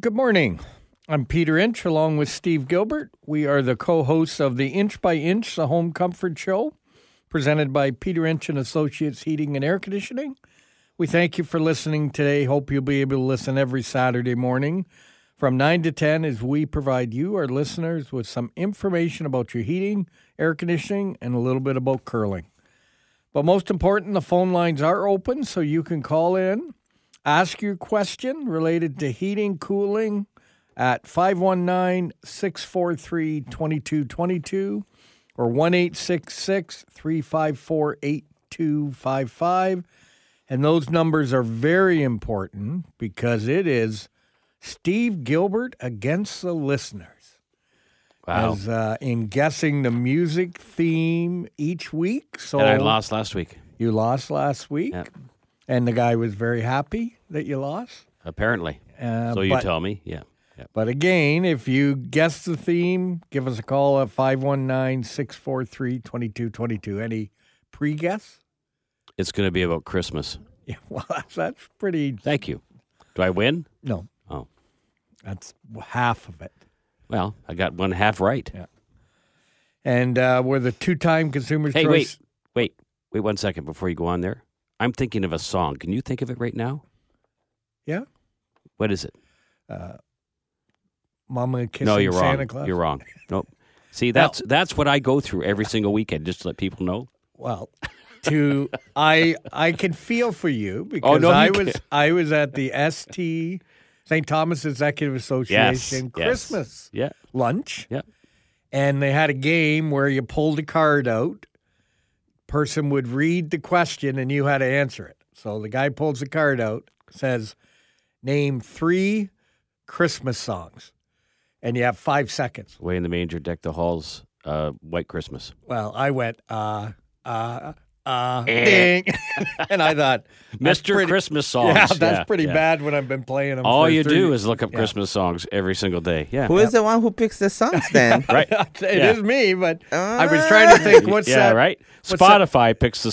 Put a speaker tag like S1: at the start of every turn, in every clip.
S1: Good morning. I'm Peter Inch along with Steve Gilbert. We are the co-hosts of the Inch by Inch, the Home Comfort Show, presented by Peter Inch and Associates Heating and Air Conditioning. We thank you for listening today. Hope you'll be able to listen every Saturday morning from 9 to 10 as we provide you, our listeners, with some information about your heating, air conditioning, and a little bit about curling. But most important, the phone lines are open so you can call in, ask your question related to heating, cooling at 519 643 2222 or 1 354 8255. And those numbers are very important because it is Steve Gilbert against the listeners as uh, in guessing the music theme each week. So
S2: and I lost last week.
S1: You lost last week,
S2: Yeah.
S1: and the guy was very happy that you lost.
S2: Apparently.
S1: Uh,
S2: so you
S1: but-
S2: tell me. Yeah. Yeah.
S1: But again, if you guess the theme, give us a call at 519 643 2222. Any pre guess?
S2: It's going to be about Christmas.
S1: Yeah, well, that's, that's pretty.
S2: Thank you. Do I win?
S1: No,
S2: Oh,
S1: that's half of it.
S2: well, I got one half right.
S1: And uh, we're the two time Consumer's
S2: Hey,
S1: Choice.
S2: wait, wait, wait one second before you go on there. I'm thinking of a song. Can you think of it right now?
S1: Yeah? Uh,
S2: What is it?
S1: Mama Kissing
S2: no, you're
S1: Santa
S2: wrong.
S1: Claus.
S2: You're wrong. Nope. See, that's that's what I go through every single weekend, just to let people know.
S1: Well, to I I can feel for you because
S2: Oh, no, you
S1: I was
S2: can't.
S1: I was at the ST St. Thomas Executive
S2: Yes.
S1: Association
S2: yes.
S1: Christmas
S2: Yeah.
S1: lunch,
S2: Yeah.
S1: and they had a game where you pulled a card out. Person would read the question, and you had to answer it. So the guy pulls the card out, says, "Name three Christmas songs," and you have five seconds.
S2: Way in the manger, deck the halls, uh, White Christmas.
S1: Well, I went, uh, uh, uh, ding. and I thought, that's
S2: Mr.
S1: pretty-
S2: Eh. Christmas songs.
S1: Yeah, that's
S2: Yeah,
S1: pretty
S2: yeah.
S1: bad when I've been playing them.
S2: All
S1: for
S2: you
S1: 30
S2: do is look up Christmas songs every single day. Yeah.
S3: Who is the one who picks the songs then?
S2: Right.
S1: It is
S2: Yeah.
S1: me, but I was trying to think what's
S2: yeah,
S1: that?
S2: right?
S1: what's that-
S2: Spotify picks the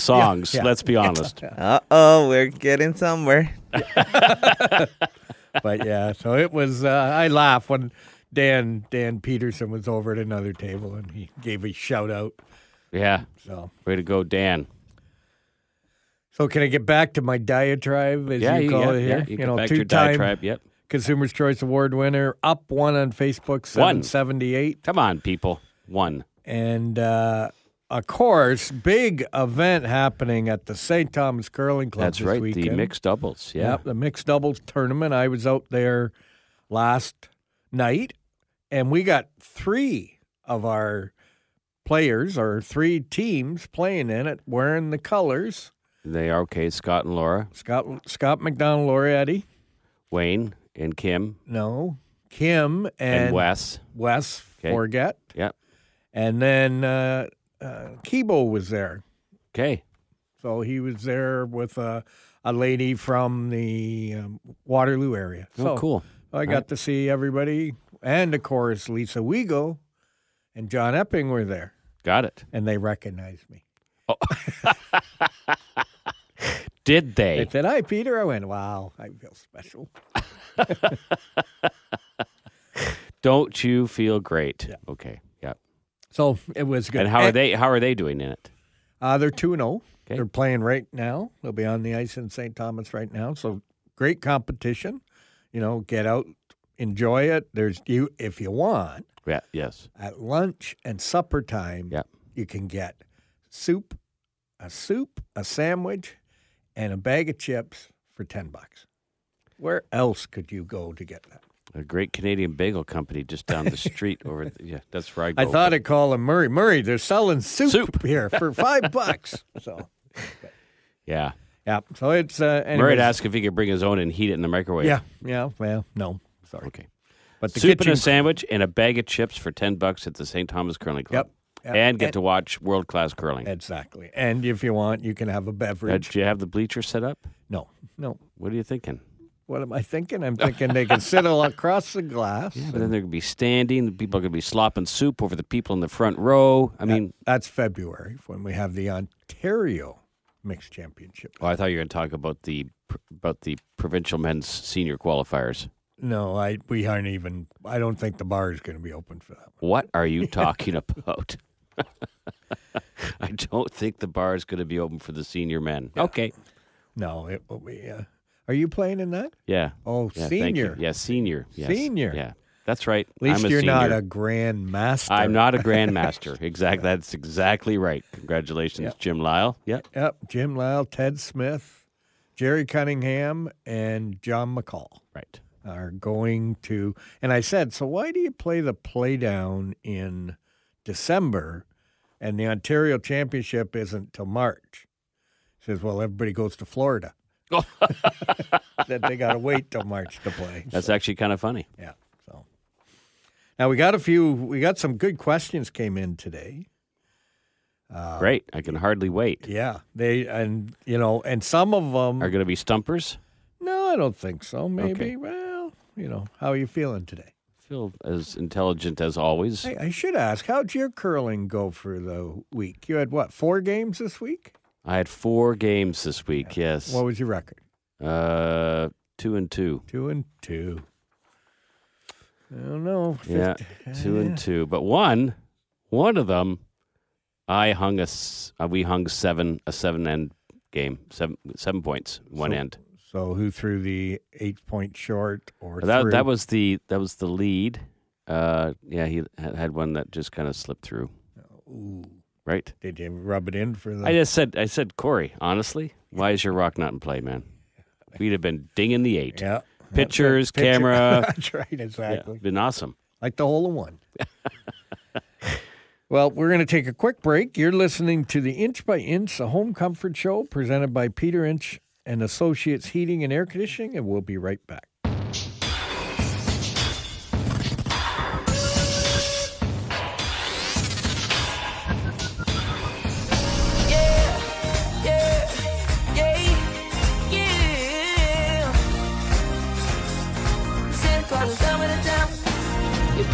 S2: songs,
S1: yeah.
S2: let's be honest.
S3: Uh oh, we're getting somewhere.
S1: But yeah, so it was. Uh, I laugh when Dan Dan Peterson was over at another table and he gave a shout out.
S2: Yeah.
S1: So,
S2: Way to go, Dan.
S1: so can I get back to my diatribe as
S2: Yeah,
S1: you call
S2: yeah,
S1: it
S2: yeah.
S1: here?
S2: You, get back to your
S1: two-time
S2: diatribe. Yep.
S1: Consumers Choice Award winner, up one on Facebook, seven
S2: One.
S1: seventy eight.
S2: Come on, people. One.
S1: And uh, of course, big event happening at the St. Thomas Curling Club
S2: That's
S1: this
S2: right.
S1: weekend.
S2: The mixed doubles. Yeah.
S1: Yep, the mixed doubles tournament. I was out there last night, and we got three of our players or three teams playing in it wearing the colors.
S2: They are okay. Scott and Laura,
S1: Scott Scott McDonald Loretti,
S2: Wayne and Kim
S1: no, Kim and,
S2: and, Wes.
S1: Wes
S2: Okay.
S1: Forget,
S2: Yep.
S1: and then uh, uh, Kibo was there.
S2: Okay.
S1: So he was there with a, a lady from the um, Waterloo area.
S2: Oh,
S1: so
S2: cool.
S1: I got to see everybody. And of course, Lisa Weigel and John Epping were there,
S2: Got it.
S1: and they recognized me.
S2: Did
S1: They
S2: they?
S1: said, Hi, Peter. I went, Wow, I feel special.
S2: Don't you feel great? Okay. Yeah.
S1: So it was good.
S2: And how are they? How are they doing in it?
S1: Uh, they're 2 0.
S2: Okay.
S1: They're playing right now. They'll be on the ice in St. Thomas right now. So great competition. You know, get out, enjoy it. There's you, if you want.
S2: Yeah. Yes.
S1: at lunch and supper time,
S2: Yep.
S1: you can get soup, a soup, a sandwich, and a bag of chips for 10 bucks. Where else could you go to get that?
S2: A great Canadian bagel company just down the street over. The, yeah, that's where I go.
S1: I thought I'd call him Murray. Murray, they're selling soup,
S2: Soup.
S1: here for five bucks. So,
S2: Yeah.
S1: yeah. So it's, uh,
S2: Murray
S1: anyways,
S2: had asked if he could bring his own and heat it in the microwave.
S1: Yeah. Yeah. Well, no. Sorry.
S2: Okay.
S1: But the
S2: Soup and
S1: kitchen.
S2: a sandwich and a bag of chips for ten bucks at the St. Thomas Curling Club.
S1: Yep, yep.
S2: And get to watch world class curling.
S1: exactly. And if you want, you can have a
S2: Uh,
S1: beverage.
S2: do you have the bleachers set up?
S1: No. No.
S2: What are you thinking?
S1: What am I thinking? I'm thinking they can sit all across the glass.
S2: But then they're going to be standing. The people are going to be slopping soup over the people in the front row. I mean,
S1: That's February when we have the Ontario Mixed Championship.
S2: oh, I thought you were going to talk about the pr- about the provincial men's senior qualifiers.
S1: No, I we aren't even. I don't think the bar is going to be open for that.
S2: What are you talking about? I don't think the bar is going to be open for the senior men. Okay.
S1: No, it will be. Uh, are you playing in that?
S2: Yeah.
S1: Oh,
S2: Yeah, thank you.
S1: senior.
S2: Yeah, senior. Yes.
S1: Senior.
S2: Yeah. That's right.
S1: At least
S2: I'm a
S1: you're
S2: senior.
S1: not a grand master.
S2: I'm not a grandmaster. exactly. That's exactly right. Congratulations, Jim Lyle. Yep.
S1: Yep. Jim Lyle, Ted Smith, Jerry Cunningham, and John McCall
S2: Right.
S1: are going to. And I said, so why do you play the play down in December and the Ontario Championship isn't till March? He says, well, everybody goes to Florida. that they got to wait till March to play.
S2: That's actually kind of funny.
S1: Yeah. So now we got a few. We got some good questions came in today.
S2: Great. I can hardly wait.
S1: Yeah. They and you know and some of them.
S2: Are going to be stumpers?
S1: no, I don't think so. Maybe.
S2: Okay.
S1: Well, you know, how are you feeling today?
S2: Phil, as intelligent as always.
S1: Hey, I should ask. How'd your curling go for the week? You had what? Four games this week.
S2: I had four games this week. Yes.
S1: What was your record?
S2: uh, two and two.
S1: Two and two. I don't know.
S2: Yeah,
S1: Fifty-
S2: two and two. But one, one of them, I hung a. s- Uh, we hung seven a seven end game, seven seven points, one
S1: So
S2: end.
S1: So who threw the eight point short or
S2: That
S1: threw?
S2: that was the that was the lead. Uh, yeah, he had, had one that just kind of slipped through.
S1: Ooh. Uh.
S2: Right.
S1: Did you rub it in for the?
S2: I just said I said Corey. Honestly, why is your rock not in play, man? We'd have been dinging the eight.
S1: Yeah.
S2: Pictures, camera.
S1: That's right,
S2: Yeah,
S1: exactly.
S2: been awesome.
S1: Like the hole in one. well, we're going to take a quick break. You're listening to the Inch by Inch, the home comfort show presented by Peter Inch and Associates Heating and Air Conditioning, and we'll be right back.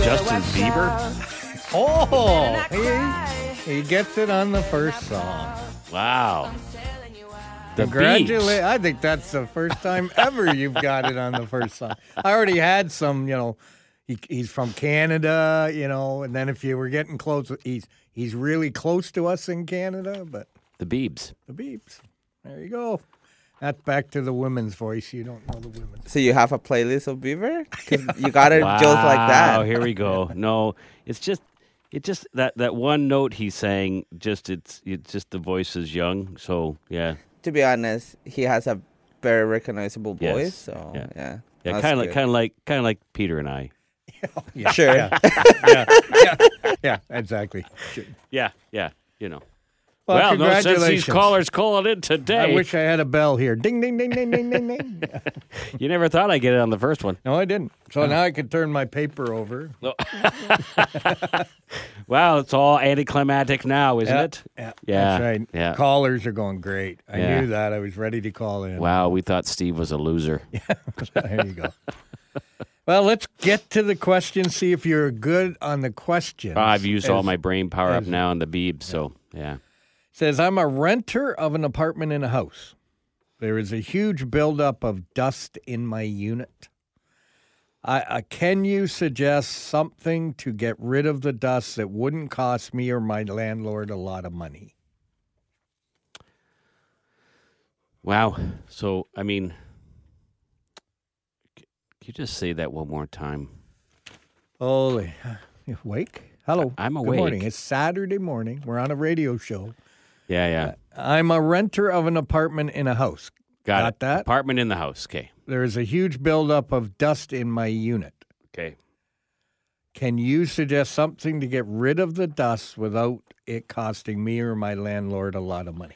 S2: Justin Bieber?
S1: Oh, he, he gets it on the first song.
S2: Wow. The
S1: Congratulations.
S2: Biebs.
S1: I think that's the first time ever you've got it on the first song. I already had some, you know, he, he's from Canada, you know, and then if you were getting close, he's he's really close to us in Canada, but
S2: The Biebs.
S1: the beeps. There you go. That's back to the women's voice. You don't know the women's.
S3: So you have a playlist of Beaver? 'Cause you got it just like
S2: Wow,
S3: that.
S2: here we go. No, it's just it just that that one note he sang just it's it's just the voice is young. So yeah.
S3: To be honest, he has a very recognizable
S2: Yes.
S3: voice. So
S2: Yeah.
S3: yeah,
S2: Yeah,
S3: that's
S2: kind of like
S3: good.
S2: kind of like kind of like Peter and I.
S1: Yeah,
S3: Sure.
S1: Yeah, yeah, yeah, yeah, exactly. Sure.
S2: Yeah, yeah, you know.
S1: Well,
S2: no, since these
S1: congratulations.
S2: callers calling in today,
S1: I wish I had a bell here. Ding, ding, ding, ding, ding, ding, ding.
S2: you never thought I'd get it on the first one.
S1: No, I didn't. So now I can turn my paper over.
S2: Wow, it's all anticlimactic now, isn't
S1: Yeah,
S2: it?
S1: Yeah,
S2: Yeah,
S1: that's right.
S2: yeah.
S1: Callers are going great. I
S2: Yeah.
S1: knew that. I was ready to call in.
S2: Wow, we thought Steve was a loser.
S1: there you go. Well, let's get to the question. See if you're good on the question.
S2: I've used all my brain power up now on the Beeb, so yeah.
S1: says I'm a renter of an apartment in a house. There is a huge buildup of dust in my unit. I, I can you suggest something to get rid of the dust that wouldn't cost me or my landlord a lot of money?
S2: Wow. So, I mean, c- can you just say that one more time?
S1: Holy, you awake? Hello,
S2: I'm
S1: Good
S2: awake.
S1: morning. It's Saturday morning. We're on a radio show.
S2: Yeah, yeah.
S1: Uh, I'm a renter of an apartment in a house.
S2: Got,
S1: got
S2: it.
S1: that?
S2: Apartment in the house. Okay.
S1: There is a huge buildup of dust in my unit.
S2: Okay.
S1: Can you suggest something to get rid of the dust without it costing me or my landlord a lot of money?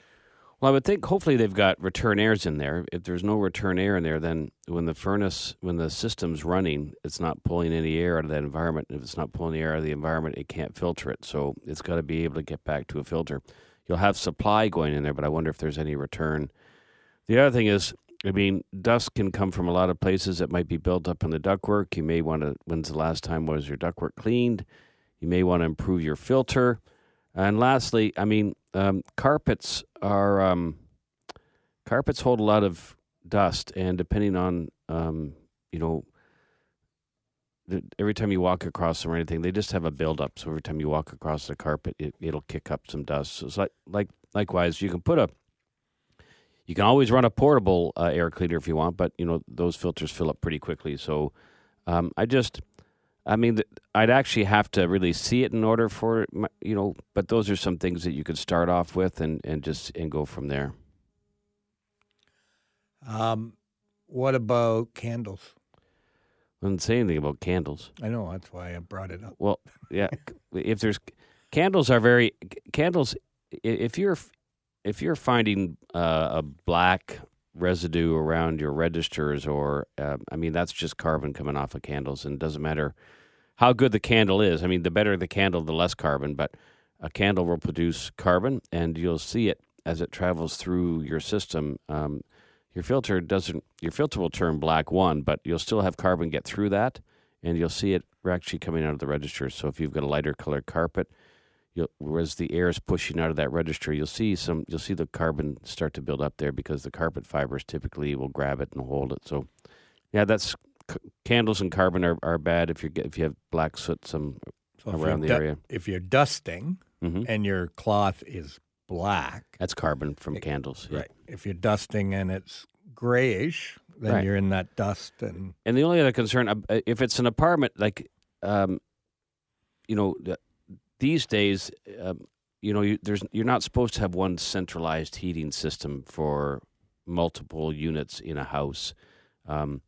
S2: Well, I would think hopefully they've got return airs in there. If there's no return air in there, then when the furnace, when the system's running, it's not pulling any air out of that environment. If it's not pulling the air out of the environment, it can't filter it. So it's got to be able to get back to a filter. You'll have supply going in there, but I wonder if there's any return. The other thing is, I mean, dust can come from a lot of places. It might be built up in the ductwork. You may want to. When's the last time was your ductwork cleaned? You may want to improve your filter. And lastly, I mean, um, carpets are um, carpets hold a lot of dust, and depending on um, you know th- every time you walk across them or anything, they just have a buildup. So every time you walk across the carpet, it, it'll kick up some dust. So it's like, like likewise, you can put a you can always run a portable uh, air cleaner if you want, but you know those filters fill up pretty quickly. So um, I just, I mean, th- I'd actually have to really see it in order for my, you know. But those are some things that you could start off with and and just and go from there.
S1: Um, what about candles?
S2: I didn't say anything about candles.
S1: I know that's why I brought it up.
S2: Well, yeah. if there's candles are very candles. i- If you're if you're finding uh, a black residue around your registers, or uh, I mean, that's just carbon coming off of candles, and it doesn't matter how good the candle is. I mean, the better the candle, the less carbon. But a candle will produce carbon, and you'll see it as it travels through your system. Um, your filter doesn't. Your filter will turn black one, but you'll still have carbon get through that, and you'll see it actually coming out of the register. So if you've got a lighter colored carpet, you'll, whereas the air is pushing out of that register, you'll see some. You'll see the carbon start to build up there because the carpet fibers typically will grab it and hold it. So, yeah, that's c- candles and carbon are, are bad if you get if you have black soot some
S1: So if
S2: around
S1: you're
S2: the area.
S1: If you're dusting
S2: hmm
S1: and your cloth is black,
S2: That's carbon from candles. yeah.
S1: right? If you're dusting and it's grayish, then
S2: Right.
S1: you're in that dust and
S2: And the only other concern, uh, if it's an apartment, like, um, you know, th- these days, um, you know, you, there's you're not supposed to have one centralized heating system for multiple units in a house. Um,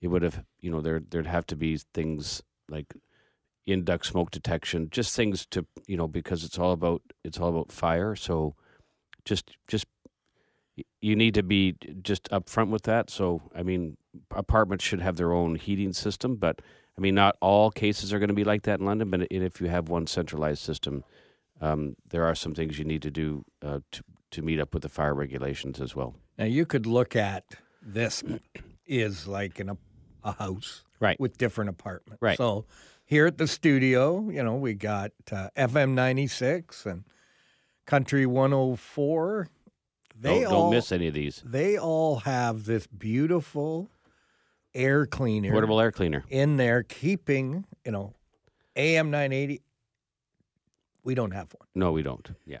S2: it would have, you know, there there'd have to be things like induct smoke detection, just things to, you know, because it's all about it's all about fire. So, just just y- you need to be just upfront with that. So, I mean, apartments should have their own heating system, but I mean, not all cases are going to be like that in London. But if you have one centralized system, um, there are some things you need to do uh, to to meet up with the fire regulations as well.
S1: Now you could look at this is like an, ap- a house
S2: Right.
S1: with different apartments.
S2: Right.
S1: So here at the studio, you know, we got uh, FM 96 and Country 104. They
S2: don't, don't
S1: all
S2: miss any of these.
S1: they all have this beautiful air cleaner
S2: Portable air cleaner.
S1: in there keeping, you know, AM 980 we don't have one.
S2: No, we don't. Yeah,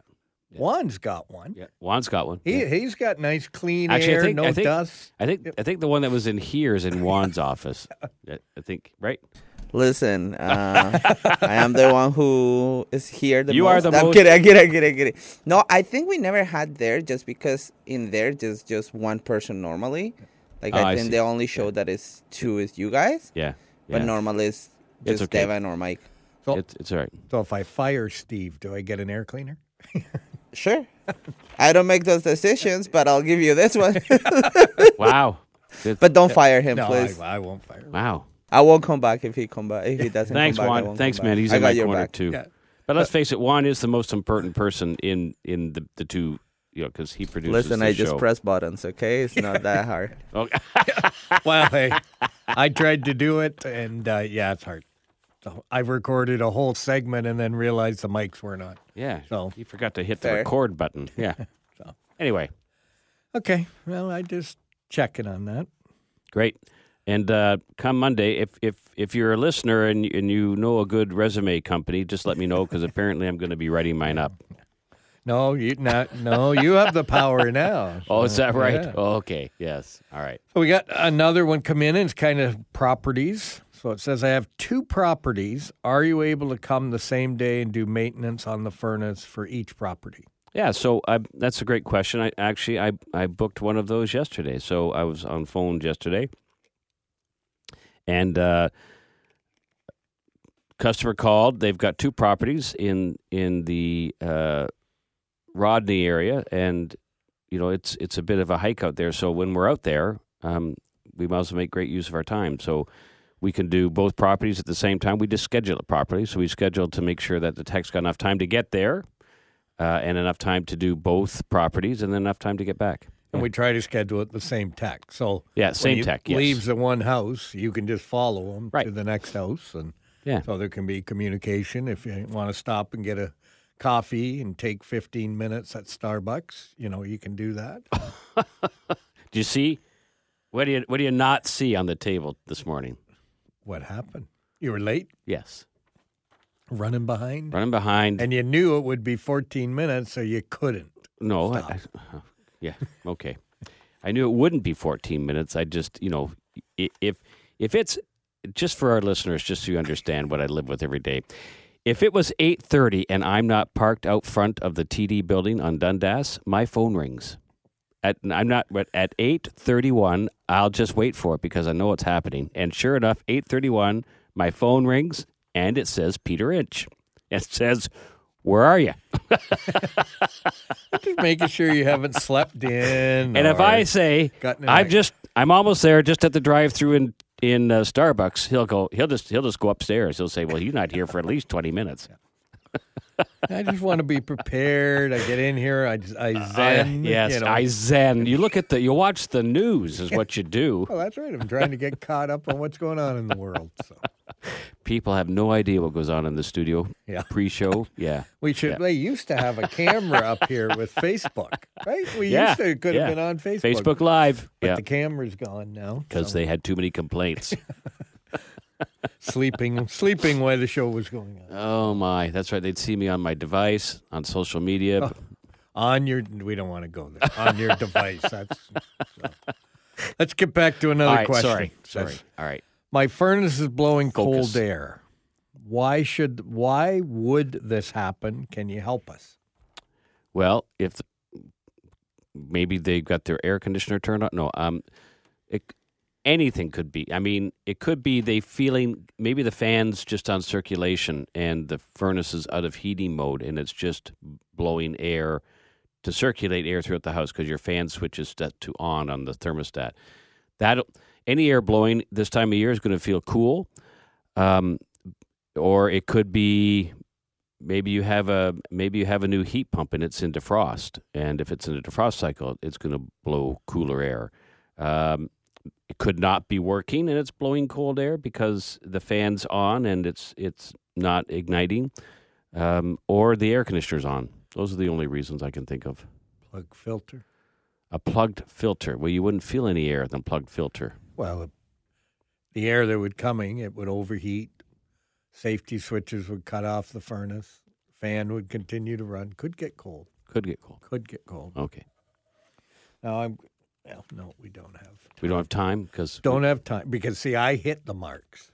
S2: Yeah.
S1: Juan's got one.
S2: yeah. Juan's got one.
S1: He
S2: Yeah.
S1: he's got nice clean
S2: Actually, I
S1: air,
S2: think-
S1: no
S2: I think-
S1: dust.
S2: I think I think the one that was in here is in Juan's office. I I think right.
S3: Listen, uh, I am the one who is here the
S2: You
S3: most.
S2: are the
S3: I'm
S2: most-
S3: Kidding, I'm kidding, I'm kidding, I'm kidding. No, I think we never had there just because in there just just one person normally. Like
S2: Oh,
S3: I
S2: I
S3: think
S2: see.
S3: they only show that it's two is you guys,
S2: Yeah,
S3: but
S2: yeah.
S3: normally it's
S2: It's
S3: just
S2: okay.
S3: Devin or Mike.
S2: it's it's all right.
S1: So if I fire Steve, do I get an air cleaner?
S3: Sure. I don't make those decisions, but I'll give you this one.
S2: Wow. It's-
S3: but don't fire him,
S1: No, I,
S3: please. I,
S1: I won't fire. him.
S2: wow.
S3: won't come back if he come back. If he doesn't.
S2: Thanks,
S3: come back, I
S2: Juan.
S3: won't
S2: Thanks,
S3: come
S2: man.
S3: back.
S2: He's
S3: I
S2: in
S3: got
S2: my
S3: your
S2: corner
S3: back. Uh,
S2: too.
S1: Yeah.
S2: But let's face it, Juan is the most important person in in the, the two, you know, because he produces.
S3: Listen,
S2: the
S3: I just
S2: show.
S3: press buttons. Okay, it's not that hard.
S2: Oh,
S1: Well, hey, I tried to do it, and uh, yeah, it's hard. So I recorded a whole segment and then realized the mics were not.
S2: yeah,
S1: So-
S2: he forgot to hit the
S3: Fair.
S2: record button. Yeah.
S1: So.
S2: Anyway,
S1: Okay, well, I just checking on that.
S2: great. And uh, come Monday, if if if you're a listener and and you know a good resume company, just let me know because apparently I'm going to be writing mine up.
S1: No, you not. No, you have the power now.
S2: Oh, is that right?
S1: Yeah.
S2: Oh, okay. Yes. All right.
S1: So we got another one come in, and it's kind of properties. So it says, I have two properties. Are you able to come the same day and do maintenance on the furnace for each property?
S2: Yeah, so I, that's a great question. I actually I I booked one of those yesterday. So I was on phone yesterday, and uh, customer called. They've got two properties in in the uh, Rodney area, and you know it's it's a bit of a hike out there. So when we're out there, um, we might as well make great use of our time. So we can do both properties at the same time. We just schedule it properly. So we scheduled to make sure that the tech's got enough time to get there uh, and enough time to do both properties and then enough time to get back.
S1: And we try to schedule it the same tech. So
S2: Yeah,
S1: when
S2: same
S1: you
S2: tech. Yes.
S1: leaves the one house, you can just follow them to
S2: Right.
S1: the next house, and
S2: Yeah.
S1: so there can be communication. If you want to stop and get a coffee and take 15 minutes at Starbucks, you know you can do that.
S2: Do you see? What do you What do you not see on the table this morning?
S1: what happened? You were late,
S2: Yes.
S1: running behind,
S2: Running behind.
S1: and you knew it would be 14 minutes, so you couldn't.
S2: no. I, I- yeah. Okay. I knew it wouldn't be 14 minutes. I just, you know, i- if if it's just for our listeners, just so you understand what I live with every day. If it was 8:30 and I'm not parked out front of the TD building on Dundas, my phone rings. At I'm not, but at 8:31, I'll just wait for it because I know it's happening. And sure enough, 8:31, my phone rings and it says Peter Inch. It says, "Where are you?"
S1: Just making sure you haven't slept in.
S2: And if
S1: or-
S2: I say
S1: Gotten an
S2: I'm
S1: act-
S2: just I'm almost there, just at the drive-through in in uh, Starbucks, he'll go. He'll just he'll just go upstairs. He'll say, "Well, you're not here for at least twenty minutes."
S1: I just want to be prepared. I get in here, I, I
S2: I-
S1: zen.
S2: Uh, yes,
S1: you know.
S2: I zen. You look at the you watch the news is what you do.
S1: Well, Oh, that's right. I'm trying to get caught up on what's going on in the world. So
S2: People have no idea what goes on in the studio.
S1: Yeah.
S2: pre-show. Yeah,
S1: we should. They used to have a camera up here with Facebook, right? We
S2: yeah.
S1: used to could
S2: yeah.
S1: have been on Facebook.
S2: Facebook Live.
S1: but
S2: yeah,
S1: the camera's gone now.
S2: because
S1: so
S2: they had too many complaints.
S1: sleeping, sleeping while the show was going on.
S2: oh my, that's right. They'd see me on my device on social
S1: Oh,
S2: media.
S1: On your, we don't want to go there. On your device. That's. so. Let's get back to another
S2: All right,
S1: question.
S2: sorry, sorry.
S1: That's-
S2: All right.
S1: My furnace is blowing
S2: Focus.
S1: cold air. Why should why would this happen? Can you help us?
S2: Well, if maybe they got their air conditioner turned on. No, um, it, anything could be. I mean, it could be they feeling maybe the fans just on circulation and the furnace is out of heating mode and it's just blowing air to circulate air throughout the house because your fan switches to, to on on the thermostat. That any air blowing this time of year is going to feel cool. Um, or it could be maybe you have a maybe you have a new heat pump and it's in defrost, and if it's in a defrost cycle, it's going to blow cooler air. Um, it could not be working, and it's blowing cold air because the fan's on and it's it's not igniting, um, or the air conditioner's on. Those are the only reasons I can think of.
S1: Plug filter.
S2: A plugged filter. Well, you wouldn't feel any air with a plugged filter.
S1: Well, it- the air that would coming, it would overheat. Safety switches would cut off the furnace. Fan would continue to run. Could get cold.
S2: Could get cold.
S1: Could get cold.
S2: Okay,
S1: Now I'm. Well, no, we don't have.
S2: we don't have time because
S1: Don't have time because see, I hit the marks.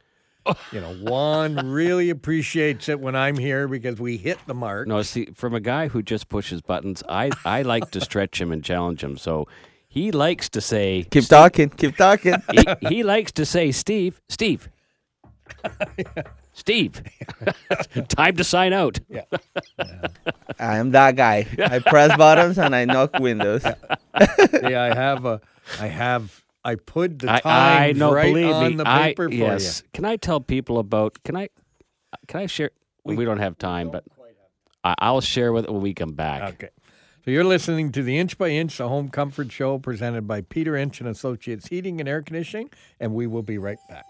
S1: You know, Juan really appreciates it when I'm here because we hit the mark.
S2: No, see, from a guy who just pushes buttons, I, I like to stretch him and challenge him. So he likes to say,
S3: Keep talking. Keep talking.
S2: he, he likes to say, Steve, Steve, Steve, time to sign out.
S3: I am that guy. I press buttons and I knock windows.
S1: See, I have a, I have, I put the
S2: I,
S1: times
S2: I know,
S1: right
S2: believe
S1: on
S2: me,
S1: the
S2: I-
S1: paper for
S2: yes. Can I tell people about? Can I? Can I share? We, don't have time, but I, I'll share with when we come back.
S1: you. Okay. So you're listening to the Inch by Inch, the home comfort show presented by Peter Inch and Associates Heating and Air Conditioning, and we will be right back.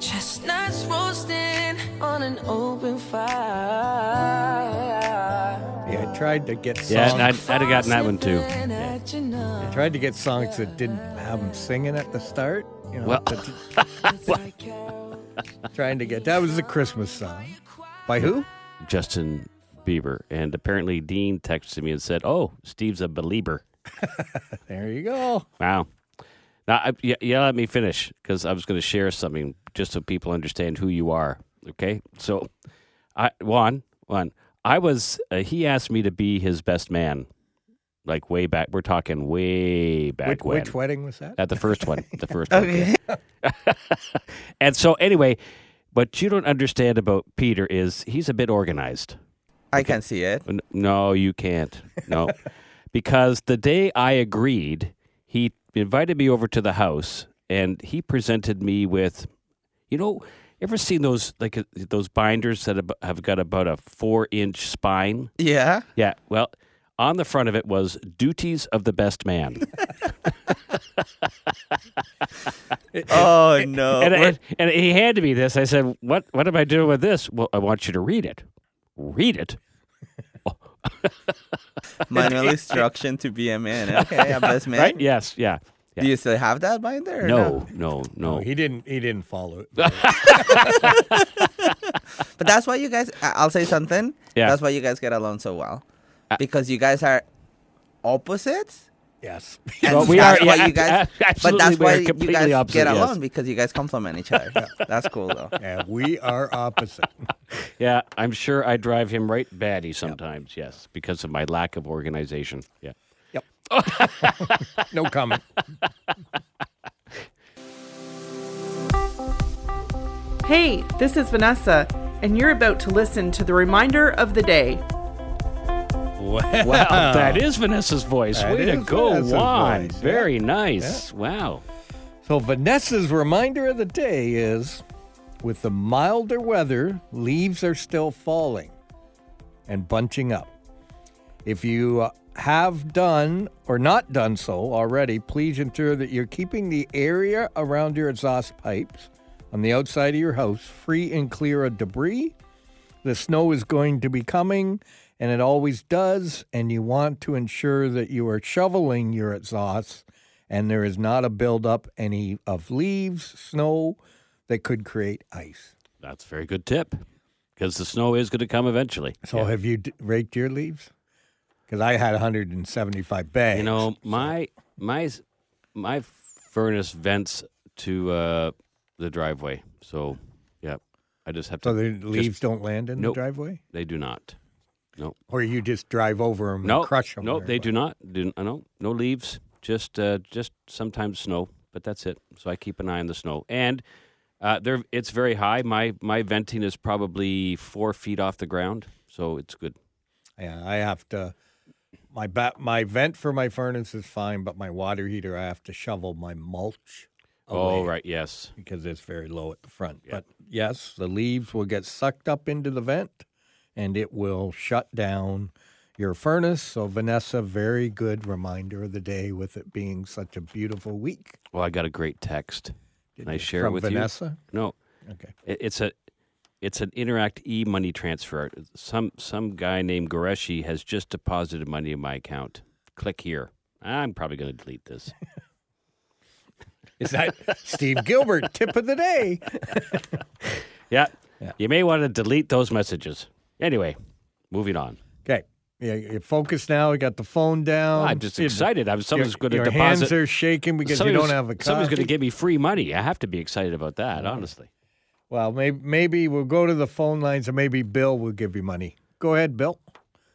S4: Chestnuts roasting on an open fire.
S1: Yeah, I tried to get songs.
S2: Yeah, and I'd, I'd have gotten that one too.
S4: Slipping at your
S1: I
S4: nose.
S1: tried to get songs that didn't have them singing at the start. You know,
S2: Well-
S1: but
S4: It's like carols.
S1: trying to get that was the Christmas song by who?
S2: Justin Bieber, and apparently Dean texted me and said, "Oh, Steve's a belieber."
S1: There you go.
S2: Wow. Now, I, yeah, yeah, let me finish because I was going to share something just so people understand who you are. Okay, so I Juan Juan, I was uh, he asked me to be his best man, like way back. We're talking way back
S1: Which,
S2: when.
S1: which wedding was that?
S2: At the first one, the first one.
S3: Okay.
S2: And so anyway, what you don't understand about Peter is he's a bit organized.
S3: I can see it.
S2: N- No, you can't. No. because the day I agreed, he invited me over to the house and he presented me with, you know, ever seen those like uh, those binders that ab- have got about a four inch spine?
S3: Yeah.
S2: Yeah. Well, On the front of it was duties of the best man.
S5: Oh no!
S2: and,
S5: We're-
S2: and, and he handed me this. I said, "What? What am I doing with this?" Well, I want you to read it. Read it.
S3: Manual instruction to be a man. Okay, a best man.
S2: Right? Yes. Yeah. yeah.
S3: Do you still have that binder? or
S2: no, no. No.
S1: he didn't. He didn't follow it.
S3: But that's why you guys. I- I'll say something.
S2: Yeah.
S3: That's why you guys get along so well, because you guys are opposites.
S1: yes.
S3: And
S2: Well, we
S3: that's
S2: are-
S3: why
S2: yeah,
S3: you guys.
S2: a- a-
S3: but
S2: absolutely,
S3: that's
S2: we
S3: why
S2: are
S3: you
S2: completely
S3: guys
S2: opposite,
S3: get
S2: yes.
S3: along because you guys complement each other. That's cool though.
S1: Yeah, we are opposite.
S2: Yeah, I'm sure I drive him right batty sometimes. Yes, because of my lack of organization. Yeah.
S1: No comment.
S6: Hey, this is Vanessa, and you're about to listen to the reminder of the day.
S1: Wow.
S2: Wow, that is Vanessa's voice.
S1: Uh, That
S2: Way to
S1: is
S2: go,
S1: Vanessa's
S2: Juan.
S1: voice, yeah.
S2: Very nice. Wow.
S1: So Vanessa's reminder of the day is with the milder weather, leaves are still falling and bunching up. If you uh, have done or not done so already, please ensure that you're keeping the area around your exhaust pipes on the outside of your house free and clear of debris. The snow is going to be coming, and it always does, and you want to ensure that you are shoveling your exhaust and there is not a buildup any of leaves, snow that could create ice.
S2: That's a very good tip because the snow is going to come eventually.
S1: So,
S2: Yeah.
S1: have you d- raked your leaves? Because I had 175 bags.
S2: you know, my my s- my furnace vents to uh, the driveway. So, yeah, I just have to.
S1: so the leaves don't land in
S2: Nope.
S1: the driveway,
S2: they do not.
S1: or you just drive over them
S2: No,
S1: and crush them.
S2: No, they do not. Do uh, no no leaves. Just uh, just sometimes snow, but that's it. So I keep an eye on the snow, and uh, there it's very high. My my venting is probably four feet off the ground, so it's good.
S1: Yeah, I have to. My ba- my vent for my furnace is fine, but my water heater, I have to shovel my mulch.
S2: Oh
S1: away.
S2: right, yes,
S1: because it's very low at the front. But yes, the leaves will get sucked up into the vent and it will shut down your furnace. So, Vanessa, very good reminder of the day with it being such a beautiful week.
S2: Well, I got a great text. Can I share it
S1: From
S2: with
S1: Vanessa?
S2: you? No,
S1: Okay.
S2: It- it's a it's an Interact e money transfer. Some some guy named Goreshi has just deposited money in my account. Click here. I'm probably going to delete this.
S1: Is that Steve Gilbert, tip of the day?
S2: Yeah.
S1: Yeah.
S2: You may want to delete those messages. Anyway, moving on.
S1: Okay. Yeah, you focus now. You got the phone down.
S2: I'm just
S1: Your-
S2: excited. I'm someone's
S1: Um, your,
S2: going to
S1: hands
S2: deposit.
S1: are shaking because
S2: Somebody's-
S1: you don't have a coffee.
S2: Someone's going to give me free money. I have to be excited about that, honestly.
S1: Well, maybe, maybe we'll go to the phone lines and maybe Bill will give you money. Go ahead, Bill.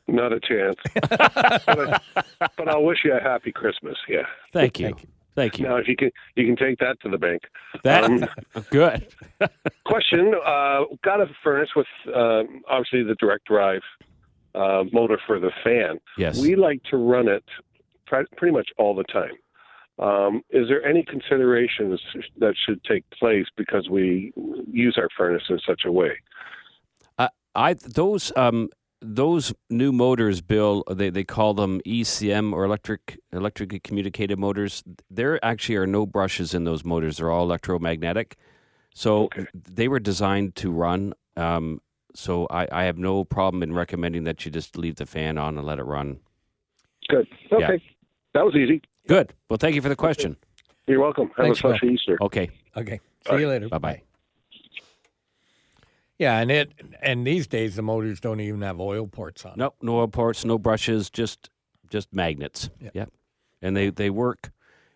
S7: Not a chance. but, I, but I'll wish you a happy Christmas. Yeah.
S2: Thank you. Thank you.
S7: Now, if you can, you can take that to the bank.
S2: That good.
S7: Question: uh, Got a furnace with uh, obviously the direct drive uh, motor for the fan.
S2: Yes.
S7: We like to run it pre- pretty much all the time. Um, is there any considerations that should take place because we use our furnace in such a way?
S2: I, I those um those new motors, Bill. They they call them ECM or electric electrically communicated motors. There actually are no brushes in those motors. They're all electromagnetic. So they were designed to run. Um, so I, I have no problem in recommending that you just leave the fan on and let it run.
S7: Good. Okay. That was easy.
S2: Good. Well, thank you for the question.
S7: You're welcome. Have
S1: Thanks,
S7: a special Easter.
S2: Okay.
S1: Okay. See you later.
S2: Bye bye.
S1: Yeah, and it and these days the motors don't even have oil ports on. them.
S2: No, no oil parts, no brushes, just just magnets. Yeah. And they, they work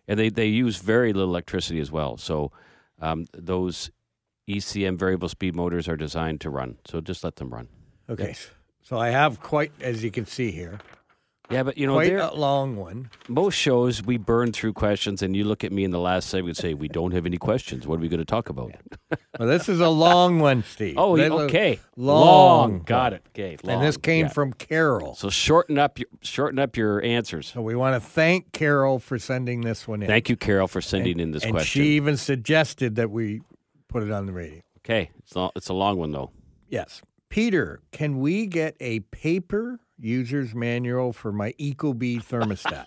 S2: and they, they use very little electricity as well. So um, those ECM variable speed motors are designed to run. So just let them run.
S1: Okay. So I have quite, as you can see here,
S2: Yeah, but you know,
S1: quite
S2: Oh, there-
S1: a long one.
S2: most shows we burn through questions and you look at me in the last segment and say, We don't have any questions. What are we going to talk about?
S1: Well, this is a long one, Steve.
S2: Oh,
S1: This
S2: yeah,
S1: is a
S2: okay.
S1: Long.
S2: Got it. Okay. Long.
S1: And this came
S2: Yeah.
S1: from Carol. So,
S2: So shorten up your shorten up your answers.
S1: we want to thank Carol for sending this one in.
S2: Thank you, Carol, for sending in this
S1: and
S2: question.
S1: she even suggested that we put it on the radio.
S2: okay. It's a, it's a long one though.
S1: Yes. Peter, can we get a paper user's manual for my Ecobee thermostat.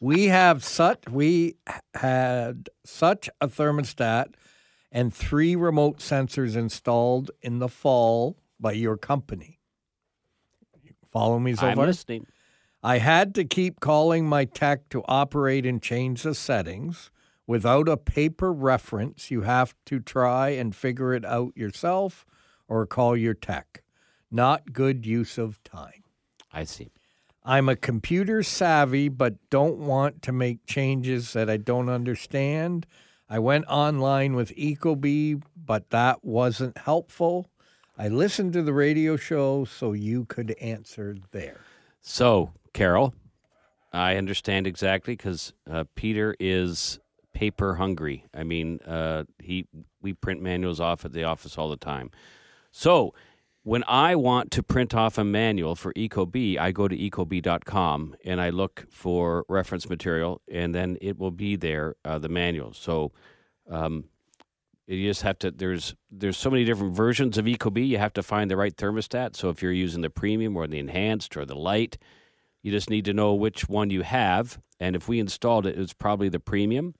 S1: we have such we had such a thermostat and three remote sensors installed in the fall by your company. Follow me so
S2: I'm
S1: far?
S2: listening.
S1: I had to keep calling my tech to operate and change the settings. Without a paper reference, you have to try and figure it out yourself or call your tech. Not good use of time.
S2: I see.
S1: I'm a computer savvy, but don't want to make changes that I don't understand. I went online with Ecobee, but that wasn't helpful. I listened to the radio show so you could answer there.
S2: So, Carol, I understand exactly because uh, Peter is paper hungry. I mean, uh, he we print manuals off at the office all the time. So, when I want to print off a manual for Ecobee, I go to ecobee.com and I look for reference material, and then it will be there uh, the manual. So. Um, you just have to there's there's so many different versions of ecobee you have to find the right thermostat so if you're using the premium or the enhanced or the light you just need to know which one you have and if we installed it it's probably the premium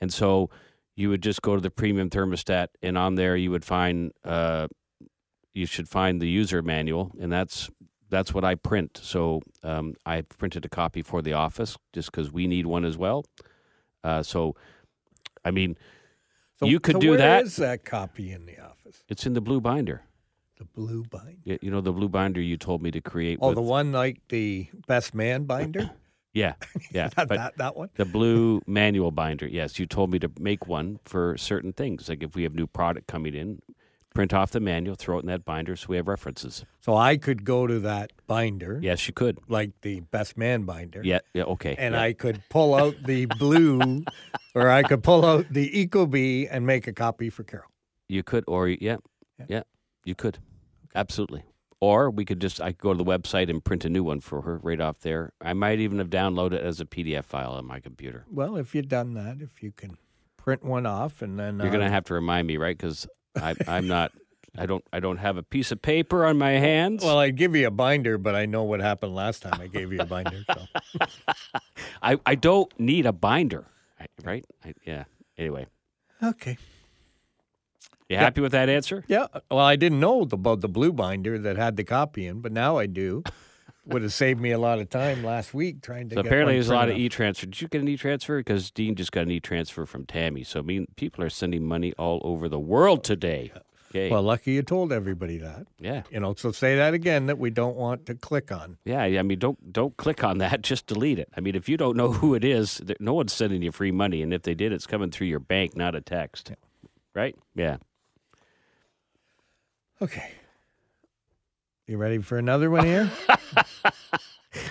S2: and so you would just go to the premium thermostat and on there you would find uh, you should find the user manual and that's that's what i print so um, i printed a copy for the office just because we need one as well uh, so i mean you could
S1: so
S2: do that
S1: Where is that copy in the office?
S2: it's in the blue binder.
S1: The blue binder.
S2: Y- You know the blue binder you told me to create.
S1: Oh,
S2: with,
S1: the one like the best man binder.
S2: yeah, yeah.
S1: Not
S2: but
S1: that that one.
S2: the blue manual binder. Yes, you told me to make one for certain things. Like if we have new product coming in, print off the manual, throw it in that binder, so we have references.
S1: So I could go to that binder,
S2: Yes, you could.
S1: like the best man binder.
S2: Yeah, yeah. Okay.
S1: And
S2: yeah.
S1: I could pull out the blue, or I could pull out the Ecobee and make a copy for Carol.
S2: you could, or yeah, yeah, you could, absolutely. Or we could just I could go to the website and print a new one for her right off there. I might even have downloaded it as a PDF file on my computer.
S1: Well, if you've done that, if you can print one off and then
S2: You're
S1: uh,
S2: gonna have to remind me, right? Because I'm not. I don't. I don't have a piece of paper on my hands.
S1: Well, I give you a binder, but I know what happened last time I gave you a binder. So.
S2: I, I don't need a binder, I- right? I, yeah. Anyway,
S1: okay.
S2: you happy with that answer?
S1: Yeah. Well, I didn't know the- about the blue binder that had the copy in, but now I do. Would have saved me a lot of time last week trying to.
S2: So
S1: get
S2: apparently,
S1: one
S2: there's a lot of
S1: printed
S2: e transfer. Did you get an e transfer? Because Dean just got an e transfer from Tammy. So I mean, people are sending money all over the world today. Okay.
S1: up. Well, lucky you told everybody that.
S2: yeah.
S1: You know, so say that again that we don't want to click on.
S2: Yeah, I mean, don't don't click on that. Just delete it. I mean, if you don't know who it is, th- no one's sending you free money, and if they did, it's coming through your bank, not a text, right? Yeah.
S1: Okay. You ready for another one here?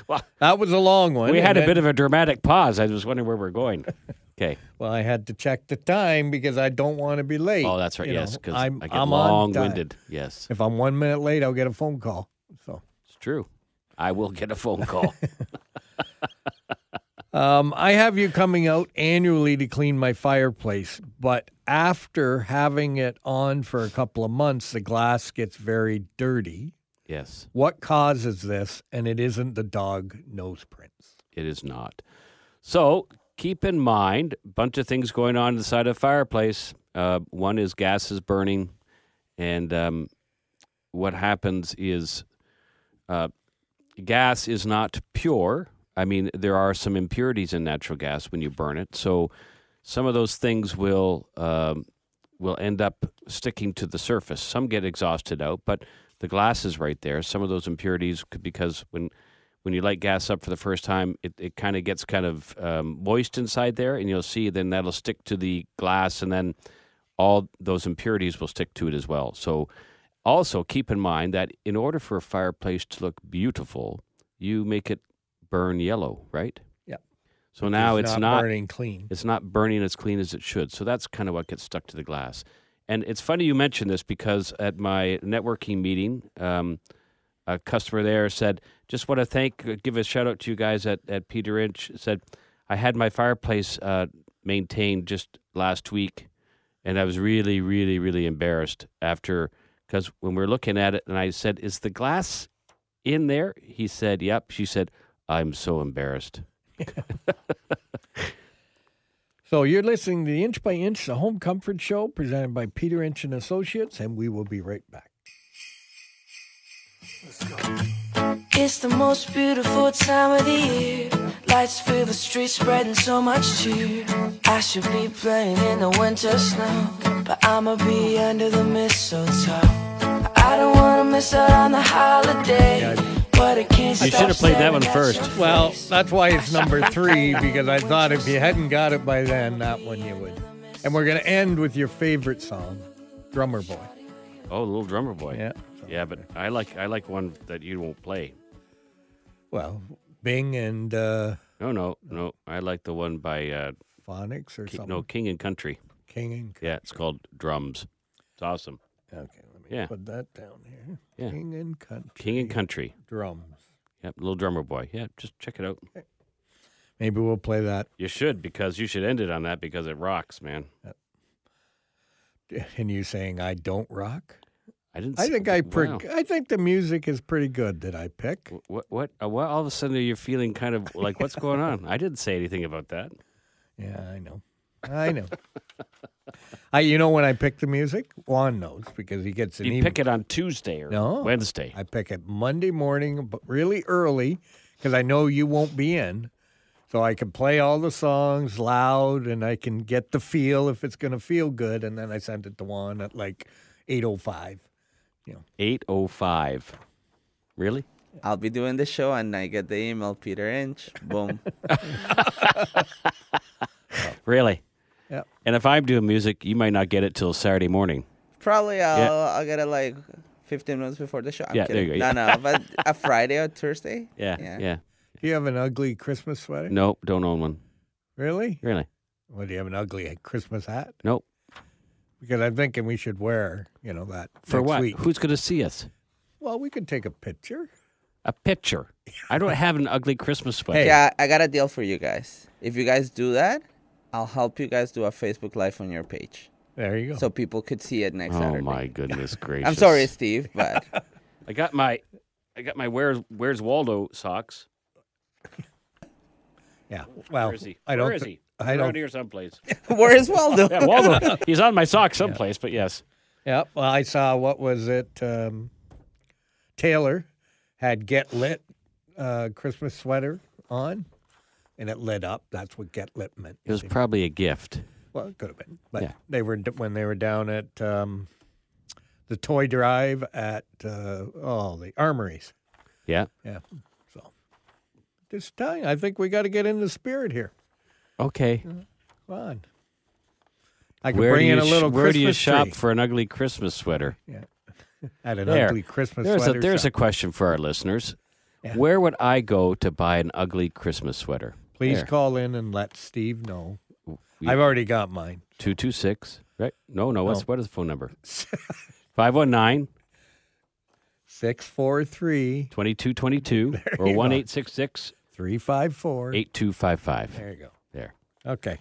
S2: Well-
S1: that was a long one.
S2: we
S1: and
S2: had a
S1: then-
S2: bit of a dramatic pause. I was wondering where we're going. Okay.
S1: Well, I had to check the time because I don't want to be late.
S2: Oh, that's right.
S1: you
S2: Yes,
S1: know.
S2: because I
S1: I'm,
S2: get
S1: I'm on time.
S2: long-winded. Yes,
S1: If I'm one minute late, I'll get a phone call. So.
S2: it's true. I will get a phone call.
S1: Um, I have you coming out annually to clean my fireplace, but after having it on for a couple of months, the glass gets very dirty.
S2: yes,
S1: What causes this? And it isn't the dog nose prints.
S2: it is not. So keep in mind, bunch of things going on inside a fireplace. Uh, one is gases burning, and um, what happens is uh, gas is not pure. I mean, there are some impurities in natural gas when you burn it. So some of those things will um, will end up sticking to the surface. Some get exhausted out, but the glass is right there. Some of those impurities could because when when you light gas up for the first time, it, it kind of gets kind of um, moist inside there, and you'll see then that'll stick to the glass, and then all those impurities will stick to it as well. So, also keep in mind that in order for a fireplace to look beautiful, you make it burn yellow, right?
S1: Yep.
S2: So now it's not
S1: burning clean.
S2: it's not burning as clean as it should. So that's kind of what gets stuck to the glass. And it's funny you mentioned this because at my networking meeting, um, a customer there said, "Just want to thank, uh, give a shout out to you guys at at Peter Inch." Said, "I had my fireplace uh, maintained just last week, and I was really, really, really embarrassed after because when we were looking at it, and I said, "Is the glass in there? He said, Yep. She said, I'm so embarrassed.
S1: So you're listening to the Inch by Inch, the Home Comfort Show, presented by Peter Inch and Associates, and we will be right back.
S4: It's the most beautiful time of the year. Lights fill the streets, spreading so much cheer. I should be playing in the winter snow, but I'ma be under the mistletoe. I don't wanna miss out on the holiday, but I can't
S2: You
S4: stop
S2: should have played that
S4: staring
S2: one
S4: at
S2: first.
S4: your
S1: Well,
S4: face.
S1: that's why it's number three, because I thought if you hadn't got it by then, that one you would. And we're going to end with your favorite song, Drummer Boy.
S2: Oh, the little drummer boy.
S1: Yeah.
S2: Yeah, but I like I like one that you won't play.
S1: Well, Bing and uh,
S2: No, no, no. I like the one by uh,
S1: Phonics or
S2: Ki-
S1: something.
S2: no King and Country.
S1: King and
S2: Yeah, it's called Drums. It's awesome.
S1: Okay, let me
S2: Yeah.
S1: put that down here.
S2: Yeah.
S1: King and Country.
S2: King and Country.
S1: Drums.
S2: Yep, little drummer boy. Yeah, just check it out.
S1: Maybe we'll play that.
S2: You should because you should end it on that because it rocks, man.
S1: And you saying I don't rock?
S2: I didn't.
S1: I
S2: s-
S1: think I pre-
S2: wow.
S1: I think the music is pretty good that I pick.
S2: Wh- What what uh, what? All of a sudden, you're feeling kind of like, what's going on? I didn't say anything about that.
S1: Yeah, I know. I know. I you know when I pick the music, Juan knows because he gets an
S2: You
S1: email.
S2: pick it on Tuesday or
S1: No.
S2: Wednesday.
S1: I pick it Monday morning, but really early because I know you won't be in. So I can play all the songs loud and I can get the feel if it's going to feel good. And then I send it to Juan at like 8.05.
S2: Eight oh five. Really?
S3: I'll be doing the show and I get the email, Peter Inch. Boom.
S2: Really?
S1: Yeah.
S2: And if I'm doing music, you might not get it till Saturday morning.
S3: Probably I'll, I'll get it like 15 minutes before the show. I'm
S2: Yeah, there
S3: kidding.
S2: you go.
S3: No, no, but a Friday or Thursday?
S2: Yeah, yeah.
S3: Yeah.
S1: Do you have an ugly Christmas sweater?
S2: Nope, don't own one.
S1: Really?
S2: Really?
S1: Well, do you have an ugly Christmas hat?
S2: Nope.
S1: Because I'm thinking we should wear, you know, that
S2: For
S1: next
S2: what?
S1: week.
S2: Who's going to see us?
S1: Well, we could take a picture.
S2: A picture. I don't have an ugly Christmas sweater.
S1: Hey.
S3: Yeah, I got a deal for you guys. If you guys do that, I'll help you guys do a Facebook Live on your page
S1: There you go.
S3: so people could see it next
S2: Oh
S3: Saturday.
S2: my goodness gracious!
S3: I'm sorry, Steve, but
S2: I got my, I got my where's Where's Waldo socks.
S1: yeah. Well,
S2: Where is he?
S1: I don't.
S2: Where is
S1: thi-
S2: he?
S1: I
S2: Around
S1: don't.
S2: here someplace.
S3: where is Waldo?
S2: Yeah, Waldo. he's on my sock someplace. But yes,
S1: Yeah. Well, I saw what was it? Um, Taylor had get lit uh, Christmas sweater on, and it lit up. That's what get lit meant.
S2: it was probably a gift.
S1: Well, it could have been, but
S2: Yeah.
S1: they were d- when they were down at um, the toy drive at uh, oh the armories.
S2: Yeah.
S1: Yeah. So just telling, you, I think we got to get in the spirit here.
S2: Okay.
S1: Come on. Mm-hmm. I could
S2: Where
S1: bring
S2: do
S1: in
S2: you
S1: a
S2: sh-
S1: little
S2: Where
S1: Christmas
S2: do you shop
S1: tree
S2: for an ugly Christmas sweater?
S1: at an
S2: There.
S1: ugly Christmas
S2: there's
S1: sweater
S2: a there's
S1: shop.
S2: a question for our listeners. Where would I go to buy an ugly Christmas sweater?
S1: Please
S2: There.
S1: call in and let Steve know.
S2: We-
S1: I've already got mine.
S2: 226, right? No, no, what's what is the phone number? 519
S1: 643
S2: 2222 or 1866
S1: 354.
S2: 8255.
S1: There you go.
S2: There.
S1: Okay.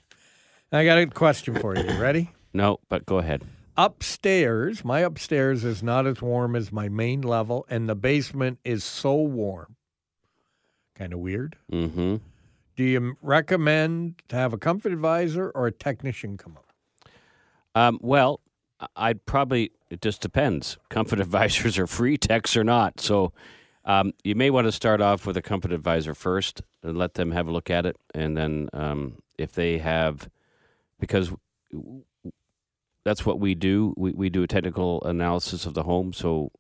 S1: I got a question for you. You ready?
S2: No, but go ahead.
S1: upstairs, my upstairs is not as warm as my main level, and the basement is so warm. Kind of weird.
S2: Mm-hmm.
S1: Do you recommend to have a comfort advisor or a technician come up?
S2: Um, well, I- I'd probably, it just depends. Comfort advisors are free, techs are not. So um, you may want to start off with a comfort advisor first and let them have a look at it. And then um, if they have, because that's what we do, we, we do a technical analysis of the home. So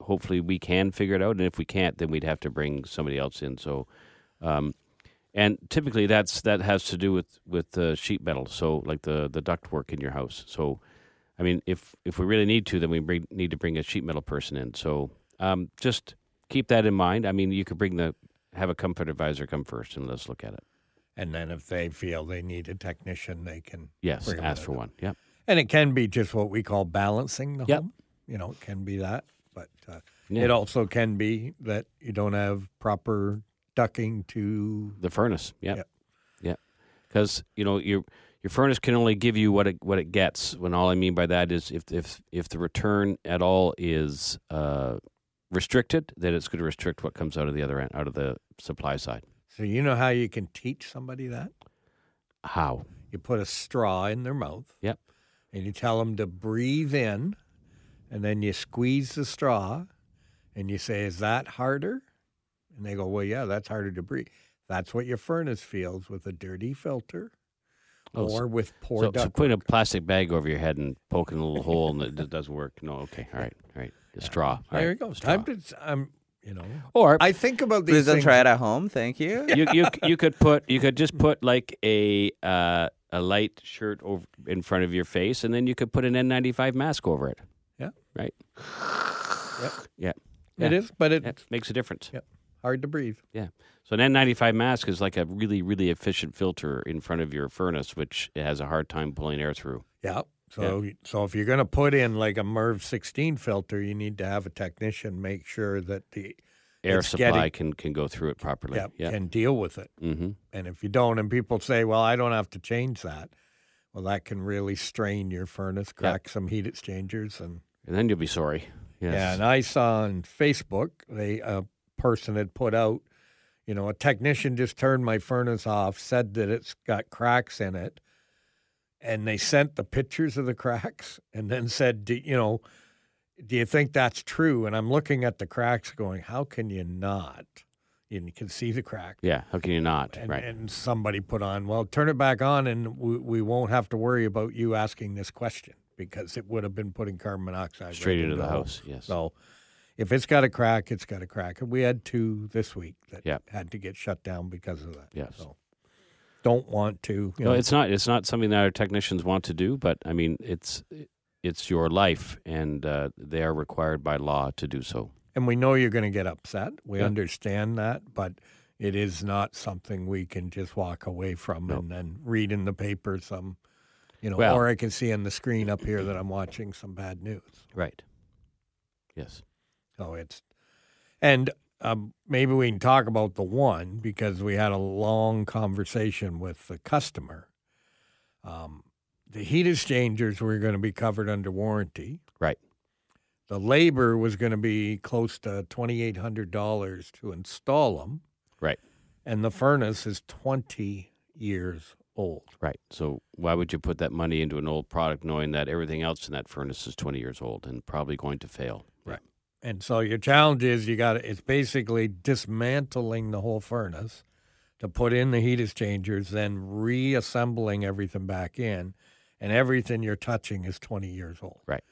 S2: hopefully we can figure it out. And if we can't, then we'd have to bring somebody else in. So, um, and typically that's that has to do with with uh, sheet metal, so like the the duct work in your house. So, I mean, if if we really need to, then we bring, need to bring a sheet metal person in. So, um, just keep that in mind. I mean, you could bring the have a comfort advisor come first and let's look at it.
S1: And then if they feel they need a technician, they can.
S2: Yes,
S1: bring
S2: ask for
S1: up.
S2: one. Yep.
S1: And it can be just what we call balancing the
S2: Yep.
S1: home. You know, it can be that, but uh,
S2: Yeah.
S1: it also can be that you don't have proper ducking to.
S2: The furnace. Yep.
S1: Yep.
S2: Yeah. Because you know your your furnace can only give you what it what it gets. When all I mean by that is if if if the return at all is uh, restricted, then it's going to restrict what comes out of the other end, out of the supply side.
S1: So you know how you can teach somebody that?
S2: How?
S1: You put a straw in their mouth
S2: Yep.
S1: and you tell them to breathe in and then you squeeze the straw and you say, Is that harder? And they go, Well, yeah, that's harder to breathe. That's what your furnace feels with a dirty filter
S2: Oh, so-
S1: or with poor
S2: So, so
S1: duct.
S2: putting a plastic bag over your head and poking a little hole and it d- doesn't work. No, okay, all right, all right. The straw. all
S1: there
S2: right,
S1: you go.
S2: the straw.
S1: Time to, I'm, you know,
S2: or
S1: I think about these
S3: Please don't
S1: things.
S3: try it at home. Thank you.
S2: you, you you could put you could just put like a uh, a light shirt over in front of your face, and then you could put an N95 mask over it.
S1: Yeah.
S2: Right.
S1: Yep.
S2: Yeah.
S1: It
S2: Yeah.
S1: is, but it's
S2: Yeah, makes a difference.
S1: yeah, hard to breathe.
S2: Yeah. So an N95 mask is like a really really efficient filter in front of your furnace, which it has a hard time pulling air through.
S1: Yeah. So so if you're going to put in like a MERV 16 filter, you need to have a technician make sure that the
S2: Air
S1: It's
S2: supply
S1: getting-
S2: can can go through it properly.
S1: yeah,
S2: Yeah.
S1: can deal with it.
S2: Mm-hmm.
S1: And if you don't, and people say, "Well, I don't have to change that," well, that can really strain your furnace, crack some heat exchangers, and
S2: And then you'll be sorry. Yes.
S1: Yeah, and I saw on Facebook they a person had put out, you know, a technician just turned my furnace off, said that it's got cracks in it, and they sent the pictures of the cracks, and then said, do, you know, do you think that's true? And I'm looking at the cracks, going, how can you not? And you can see the crack.
S2: Yeah, How can you not?
S1: And,
S2: right.
S1: and somebody put on, well, turn it back on, and we, we won't have to worry about you asking this question because it would have been putting carbon monoxide right
S2: Straight into the
S1: hole.
S2: house. Yes.
S1: So if it's got a crack, it's got a crack. And we had two this week that
S2: Yeah.
S1: had to get shut down because of that.
S2: Yes.
S1: So don't want to. You
S2: no,
S1: know,
S2: it's not. It's not something that our technicians want to do, but I mean, it's it's your life, and uh, they are required by law to do so.
S1: and we know you're going to get upset. We
S2: Yeah.
S1: understand that, but it is not something we can just walk away from
S2: No.
S1: and then read in the paper some, you know,
S2: Well-
S1: or I can see on the screen up here that I'm watching some bad news.
S2: Right. Yes.
S1: So it's, and um, maybe we can talk about the one because we had a long conversation with the customer. Um, the heat exchangers were going to be covered under warranty.
S2: Right.
S1: The labor was going to be close to twenty eight hundred dollars to install them,
S2: Right.
S1: and the furnace is twenty years old.
S2: Right. So why would you put that money into an old product, knowing that everything else in that furnace is twenty years old and probably going to fail?
S1: And so your challenge is you got to it's basically dismantling the whole furnace to put in the heat exchangers, then reassembling everything back in, and everything you're touching is 20 years old.
S2: Right.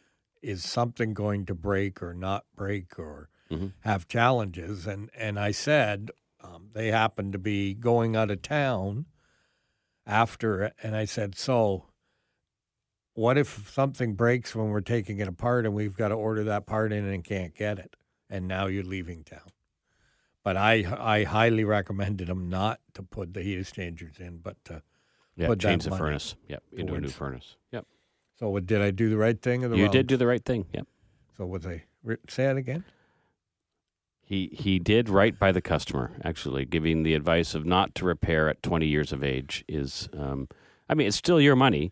S1: Is something going to break or not break or
S2: Mhm.
S1: have challenges? And and I said um, they happened to be going out of town after, it, and I said so what if something breaks when we're taking it apart and we've got to order that part in and can't get it and now you're leaving town but i i highly recommended them not to put the heat exchangers in but uh, to,
S2: Yeah.
S1: Put that
S2: change the
S1: money
S2: furnace. Yep. Into a new
S1: towards-
S2: furnace. Yep.
S1: so what did i do the right thing or the
S2: You
S1: wrong
S2: did do the right thing. Yep.
S1: so was i re- say it again
S2: He he did right by the customer. Actually, giving the advice of not to repair at 20 years of age is, um, I mean, it's still your money,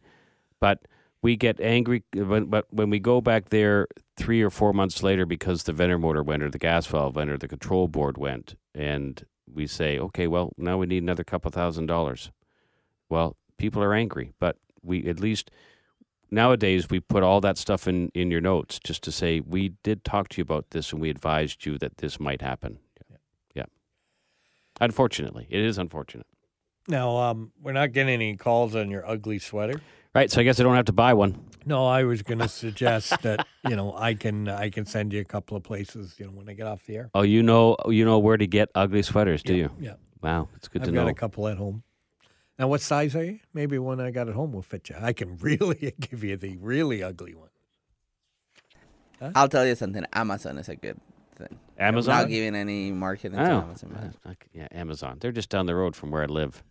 S2: but we get angry. When, but when we go back there three or four months later because the vendor motor went or the gas valve went or the control board went, and we say, okay, well now we need another couple thousand dollars. Well, people are angry, but we at least nowadays we put all that stuff in in your notes just to say we did talk to you about this and we advised you that this might happen yeah, unfortunately it is unfortunate
S1: now um we're not getting any calls on your ugly sweater
S2: right so i guess i don't have to buy one
S1: no i was going to suggest that you know i can i can send you a couple of places you know when i get off the air
S2: oh you know you know where to get ugly sweaters do you
S1: yeah
S2: wow it's good
S1: I've
S2: to
S1: got
S2: know
S1: a couple at home. Now, what size are you? Maybe one I got at home will fit you. I can really give you the really ugly one.
S3: I'll tell you something. Amazon is a good thing.
S2: amazon
S3: Not giving any marketing to
S2: oh
S3: Amazon. but
S2: uh, okay, yeah amazon they're just down the road from where i live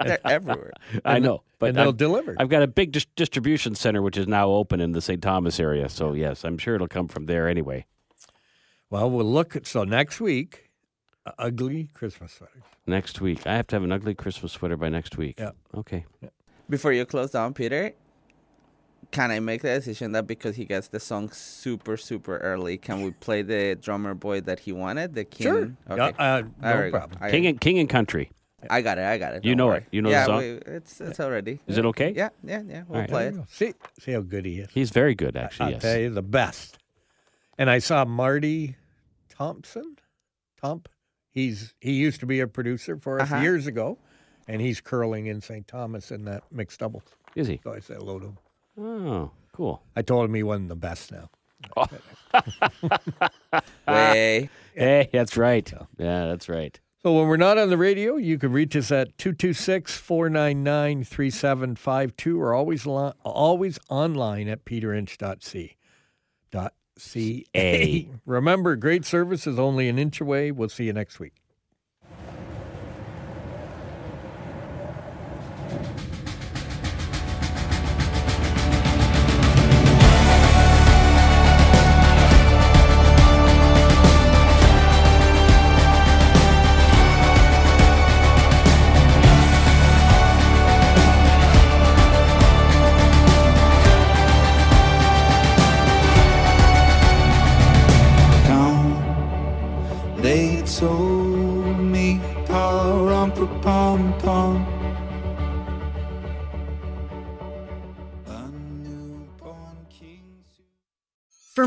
S3: They're everywhere.
S2: i know but
S1: and they'll
S2: I've,
S1: deliver.
S2: I've got a big dis- distribution center which is now open in the st thomas area so yes i'm sure it'll come from there anyway
S1: well, we'll look at so next week, uh, ugly Christmas sweaters.
S2: Next week. I have to have an ugly Christmas sweater by next week.
S1: Yeah.
S2: Okay.
S3: Before you close down, Peter, can I make the decision that because he gets the song super super early, can we play the drummer boy that he wanted, the king?
S1: Sure.
S3: Okay.
S1: Yeah, uh, no
S3: There we go.
S1: problem.
S3: I,
S2: King and King and Country.
S3: I got it. I got it.
S2: You
S3: don't
S2: know
S3: worry.
S2: it. You know the
S3: yeah,
S2: song?
S3: we- it's it's already.
S2: Is it okay?
S3: Yeah, yeah, yeah. We'll
S2: right.
S3: play it.
S1: See, see how good he is.
S2: He's very good, actually.
S1: I'll
S2: yes.
S1: tell you, the best. And I saw Marty Thompson. Tomp. He's he used to be a producer for us
S3: Uh-huh.
S1: years ago, and he's curling in St. Thomas in that mixed double.
S2: Is he?
S1: So I said hello to him.
S2: Oh, cool.
S1: I told him he wasn't the best now. Uh,
S3: Way.
S2: Hey, that's right. Yeah, that's right.
S1: So when we're not on the radio, you can reach us at 226-499-3752 or always li- always online at peterinch.c. Dot
S2: A.
S1: C-A. Remember, great service is only an inch away. We'll see you next week.
S5: town. They told me, pa-rum, pa-pum, pum. A newborn king.
S8: For